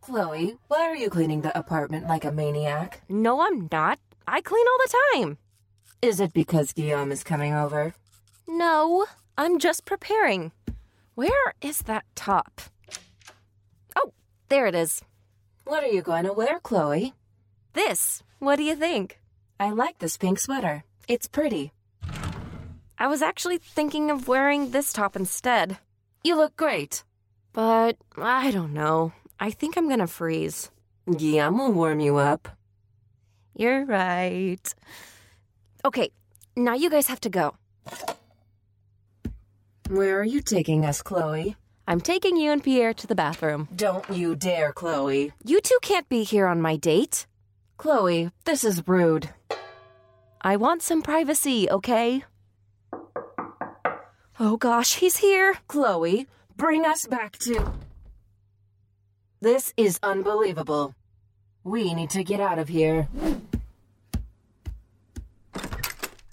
Chloe, why are you cleaning the apartment like a maniac? No, I'm not. I clean all the time. Is it because Guillaume is coming over? No, I'm just preparing. Where is that top? Oh, there it is. What are you going to wear, Chloe? This. What do you think? I like this pink sweater. It's pretty. I was actually thinking of wearing this top instead. You look great. But I don't know. I think I'm gonna freeze. Guillaume will warm you up. You're right. Okay, now you guys have to go. Where are you taking us, Chloe? I'm taking you and Pierre to the bathroom. Don't you dare, Chloe. You two can't be here on my date. Chloe, this is rude. I want some privacy, okay? Oh gosh, he's here. Chloe, bring us back to. This is unbelievable. We need to get out of here.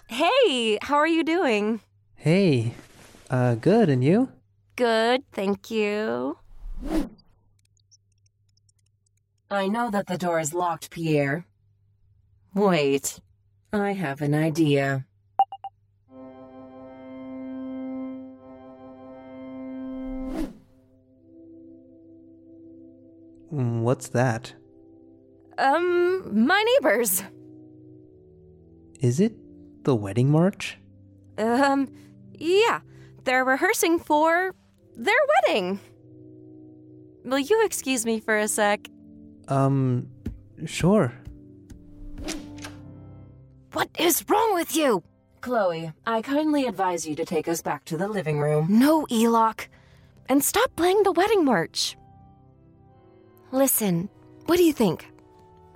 Hey, how are you doing? Hey, uh, good, and you? Good, thank you. I know that the door is locked, Pierre. Wait, I have an idea. Mm, What's that? Um, my neighbors. Is it the wedding march? Um, yeah, they're rehearsing for their wedding. Will you excuse me for a sec? Um, sure. What is wrong with you? Chloe, I kindly advise you to take us back to the living room. No, Elock. And stop playing the wedding march. Listen, what do you think?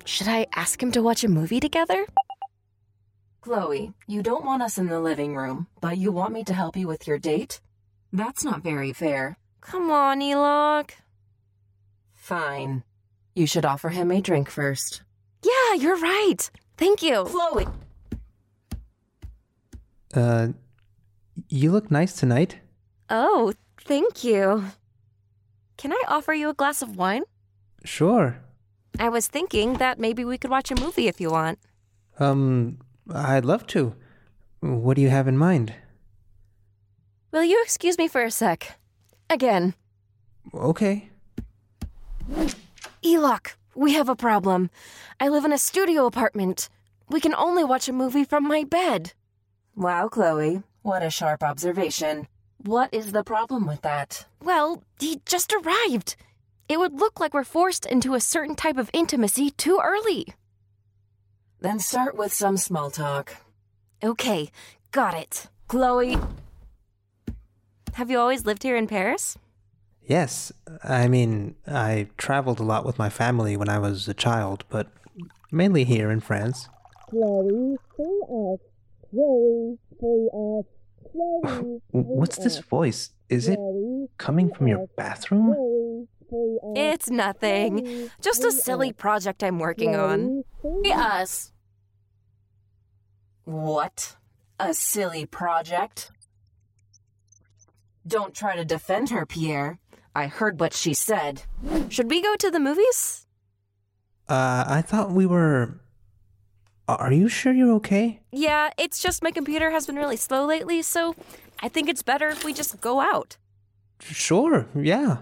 Should I ask him to watch a movie together? Chloe, you don't want us in the living room, but you want me to help you with your date? That's not very fair. Come on, Elock. Fine. You should offer him a drink first. Yeah, you're right. Thank you. Chloe! Uh, you look nice tonight. Oh, thank you. Can I offer you a glass of wine? Sure. I was thinking that maybe we could watch a movie if you want. Um, I'd love to. What do you have in mind? Will you excuse me for a sec? Again. Okay. Elock, we have a problem. I live in a studio apartment. We can only watch a movie from my bed. Wow, Chloe, what a sharp observation. What is the problem with that? Well, he just arrived. It would look like we're forced into a certain type of intimacy too early. Then start with some small talk. Okay, got it. Chloe, Have you always lived here in Paris? Yes, I mean, I traveled a lot with my family when I was a child, but mainly here in France. Chloe, free us. Chloe, free us. Chloe, What's this voice? Is it coming from your bathroom? Chloe, free us. It's nothing. Just a silly project I'm working on. Free Yes. What? A silly project? Don't try to defend her, Pierre. I heard what she said. Should we go to the movies? Uh, I thought we were. Are you sure you're okay? Yeah, it's just my computer has been really slow lately, so I think it's better if we just go out. Sure, yeah.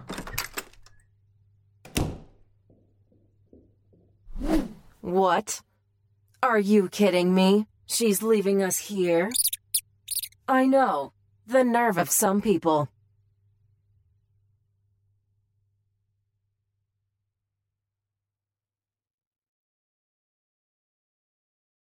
What? Are you kidding me? She's leaving us here? I know. The nerve of some people.